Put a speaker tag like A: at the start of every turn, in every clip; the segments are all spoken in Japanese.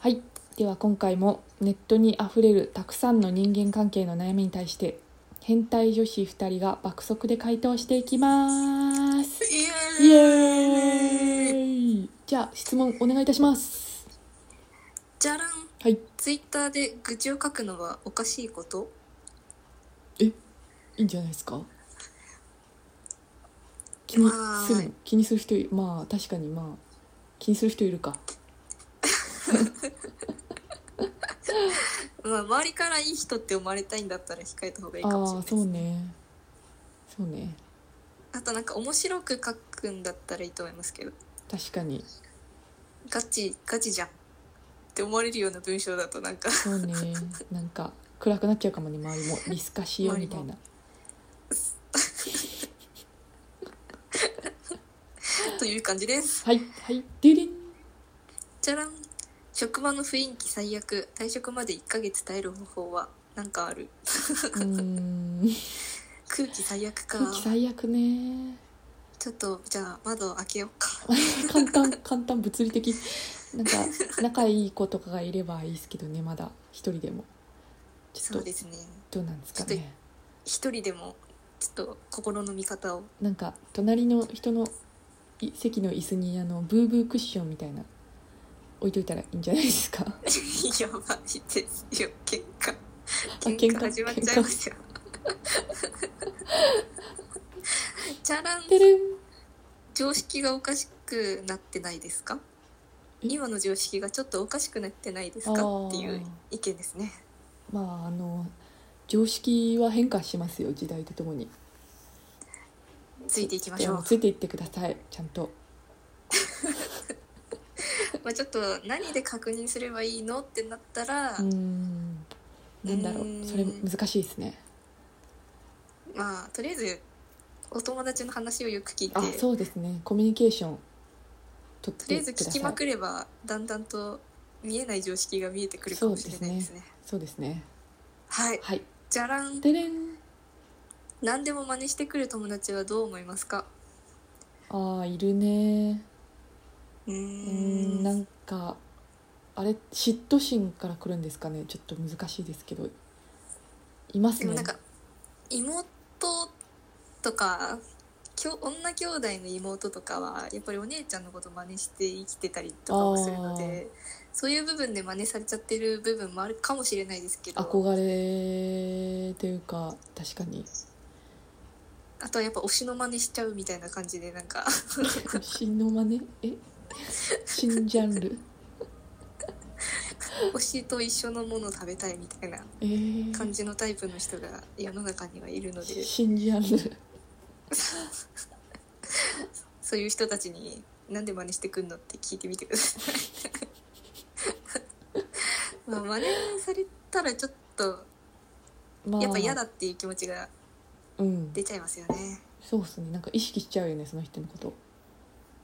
A: はいでは今回もネットにあふれるたくさんの人間関係の悩みに対して変態女子2人が爆速で回答していきますイエーイじゃあ質問お願いいたします
B: じゃらん
A: はい
B: ツイッターで愚痴を書くのはおかしいこと
A: いいんじゃないですか気にす
B: はー
A: る気にする人いまあ確かにまあ気にする人いるか
B: まあ周りからいい人って思われたいんだったら控えた方がいい
A: ああ
B: かもしれな
A: ー
B: いです
A: そうねそうね
B: あとなんか面白く書くんだったらいいと思いますけど
A: 確かに
B: ガチガチじゃんって思われるような文章だとなんか
A: そうねなんか暗くなっちゃうかもね周りもリスカしようみたいな
B: という感じです
A: はいはいデュリン
B: じゃらん職場の雰囲気最悪退職まで1ヶ月耐える方法はなんかある
A: うーん
B: 空気最悪か
A: 空気最悪ね
B: ちょっとじゃあ窓を開けようか
A: 簡 単簡単物理的なんか仲いい子とかがいればいいですけどねまだ一人でもちょ
B: そ
A: っ
B: う
A: と
B: ですね
A: どうなんですか
B: ちょっ
A: ね
B: 一人でもちょっと心の味方を
A: なんか隣の人のい席の椅子にあのブーブークッションみたいな置いといたらいいんじゃないです か
B: やばいですよ喧嘩
A: 喧嘩
B: 喧嘩始まっちゃいますよチャラン
A: てるん
B: 常識がおかしくなってないですか
A: え
B: 今の常識がちょっとおかしくなってないです
A: あ
B: か
A: ー
B: っていう意見ですね
A: まああの常識は変化しますよ時代とともに
B: ついていきましょう
A: でもついていってくださいちゃんと
B: まあちょっと何で確認すればいいのってなったら、
A: うーんなんだろ
B: う
A: う
B: ーん
A: それ難しいですね
B: まあとりあえずお友達の話をよく聞いて
A: あ
B: と
A: そうですねコミュニケーションとってください
B: りあえず聞きまくればだんだんと見えない常識が見えてくるかもしれないですね
A: そうですね
B: はい
A: はい
B: じゃらん
A: でれん
B: 何でも真似してくる友達はどう思いますか
A: ああいるね
B: う
A: う
B: ー
A: んんなんかあれ嫉妬心から来るんですかねちょっと難しいですけどいます
B: でも
A: ね
B: なんか妹とかきょ女兄弟の妹とかはやっぱりお姉ちゃんのこと真似して生きてたりとかもするのでそういう部分で真似されちゃってる部分もあるかもしれないですけど
A: 憧れというか確かに
B: あとはやっぱ推しの真似しちゃうみたいな感じでなんか
A: 新の真似 え新ジャンル
B: 推しと一緒のものを食べたいみたいな
A: えー
B: 感じのタイプの人が世の中にはいるので
A: 新ジャンル
B: そういう人たちになんで真似してくんのって聞いてみてくださ い。まあ真似されたらちょっと
A: ま
B: やっぱ嫌だっていう気持ちが
A: うん
B: 出ちゃいますよね。
A: そうっすねなんか意識しちゃうよねその人のこと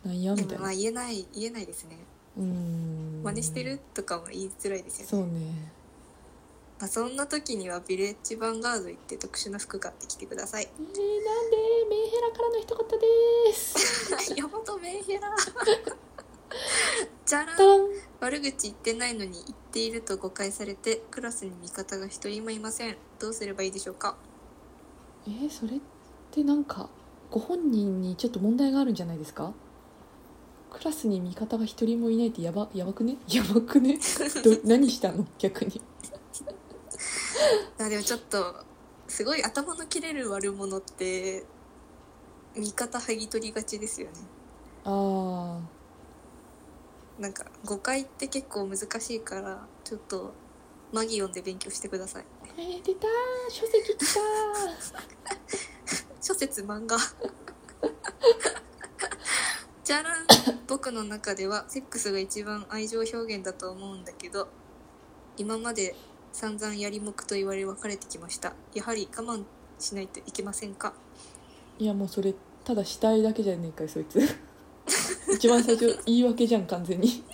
A: なんやみ
B: で
A: たい
B: もま
A: な
B: あ言えない言えないですね。
A: うん
B: 真似してるとかも言いづらいですよね。
A: そうね
B: まあそんな時にはビレッジヴァンガード行って特殊な服買ってきてくださ い。
A: えー、なんでメンヘラからの一言でーす
B: ヤマトメン ヘラ。じゃらん
A: ダン
B: 悪口言ってないのに言っていると誤解されてクラスに味方が一人もいません。どうすればいいでしょうか。
A: えー、それってなんかご本人にちょっと問題があるんじゃないですかクラスに味方が一人もいないってやばやばくね やばくね ど何したの逆に
B: あでもちょっとすごい頭の切れる悪者って味方剥ぎ取りがちですよね
A: あ
B: なんか誤解って結構難しいからちょっとマギオンで勉強してください
A: あえー、出たー書籍来たー
B: 諸説漫画 じゃらん僕の中ではセックスが一番愛情表現だと思うんだけど今まで散々やりもくと言われ別れてきましたやはり我慢しないといけませんか
A: いやもうそれただ死体だけじゃねえかよそいつ 一番最初言い訳じゃん完全に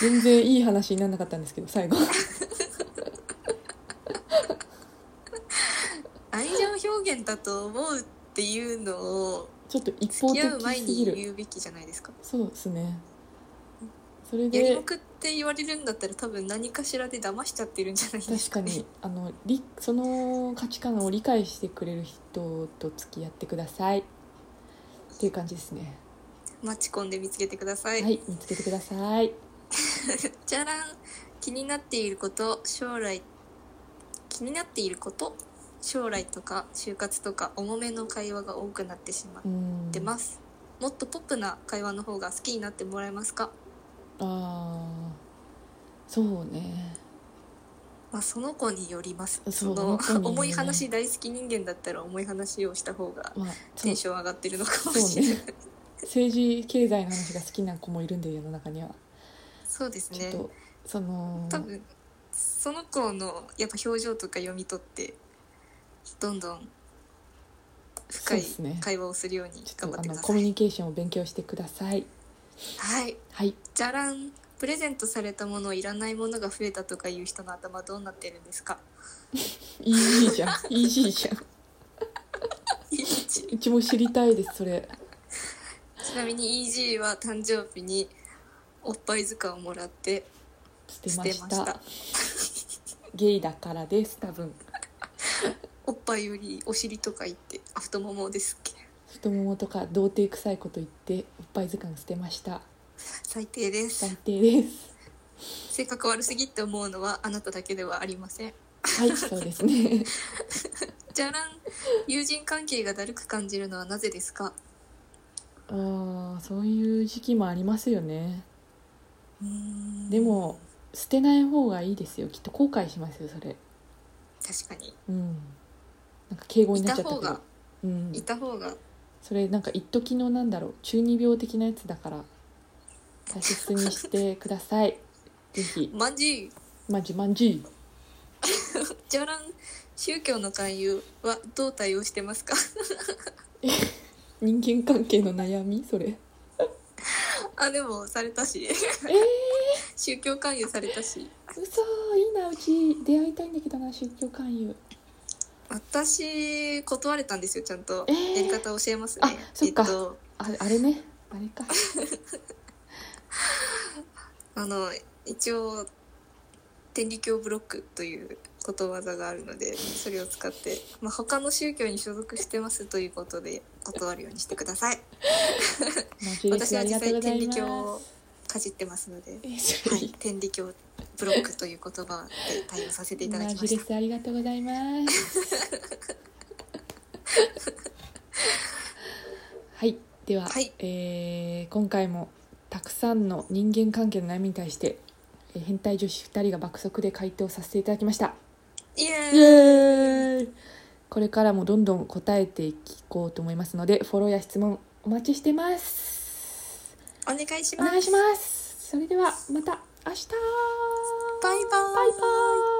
A: 全然いい話にならなかったんですけど最後
B: 愛情表現だと思うっていうのを
A: ちょっと一方
B: 付
A: 的
B: き合う前
A: すぎ
B: に
A: る
B: 言うべきじゃないですか
A: そうですねそれ
B: やり
A: で
B: もくって言われるんだったら多分何かしらで騙しちゃってるんじゃな いです
A: 確
B: か
A: か
B: ね
A: にあのりその価値観を理解してくれる人と付き合ってくださいっていう感じですね
B: 待ち込んで見つけてください、
A: はい見つけてください
B: じゃらん気になっていること将来気になっていること将来とか就活とか重めの会話が多くなってしまっ
A: うん
B: てます、もっとポップな会話の方が好きになってもらえますか
A: ああそうね
B: まあ、その子によります
A: そ
B: そうの
A: その子によるね
B: 重い話大好き人間だったら重い話をした方が
A: まあ
B: テ
A: そう
B: ンション上がってるのかもしれない
A: そ政治経済の話が好きな子もいるんで世の中には
B: そうです
A: ちょっ
B: ね
A: とその
B: 多分その子のやっぱ表情とか読み取ってどんどん深い
A: そうですね
B: 会話をするように
A: ちょ
B: 頑
A: っと
B: 張っ
A: あ
B: てく
A: の
B: だ
A: コ
B: さ
A: ミュ
B: い。
A: ニケーションを勉強してください
B: はい、
A: はい
B: じゃらんプレゼントされたものいらないものが増えたとかいう人の頭どうなってるんですか
A: いいじゃんいいじゃんうちも知りたいですそれ
B: ちなみに EG は誕生日におっぱい塚をもらって
A: 捨てました
B: 捨てました
A: ゲイだからです多分
B: おっぱいよりお尻とか言ってあ太ももですっけ
A: 太ももとか童貞臭いこと言っておっぱい図鑑捨てました
B: 最低です
A: 最低です
B: 性格悪すぎって思うのはあなただけではありません
A: はいそうですね
B: じゃらん友人関係がだるく感じるのはなぜですか
A: ああそういう時期もありますよねで
B: で
A: も捨てない方がいいですよきっと後悔しますよそれ
B: 確かに
A: うんなんか敬語に
B: い
A: なったちゃった
B: 方
A: けど
B: が
A: うん
B: いた方が
A: それなんか一時のなんだろう中二病的なやつだから大切にしてくだ さいぜひ
B: まんじゅう
A: まじまんじ
B: じゃらん宗教の勧誘はどう対応してますか
A: 人間関係の悩みそれ
B: あでもされたし、 宗教勧誘されたし
A: 嘘いいなうち出会いたいんだけどな宗教勧誘
B: 私断れたんですよちゃんと、
A: えー
B: やり方教えますね
A: あそっか
B: えっと
A: ああれねあれか
B: あの一応天理教ブロックということわざがあるのでそれを使って、まあ、他の宗教に所属してますということで断るようにしてください
A: マジレ
B: 私
A: スあ
B: は
A: りが
B: 実
A: とうござ
B: 際天
A: い
B: 理
A: ま
B: 教
A: す
B: をかじってますので、
A: えそ
B: は
A: れ
B: い、天理教ブロックという言葉で対応させていただ
A: マ
B: きま
A: ジ
B: し
A: レ
B: た
A: スありがとうございます はいでは、
B: はい
A: えー今回もたくさんの人間関係の悩みに対して、えー変態女子2人が爆速で回答させていただきました
B: イエー
A: イエ
B: イ
A: ーイこれからもどんどん答えていこうと思いますのでフォローや質問お待ちしてます
B: お願いし
A: お
B: ます
A: 願いしますそれではまた明日
B: バイ
A: バ
B: バーイ
A: イバイ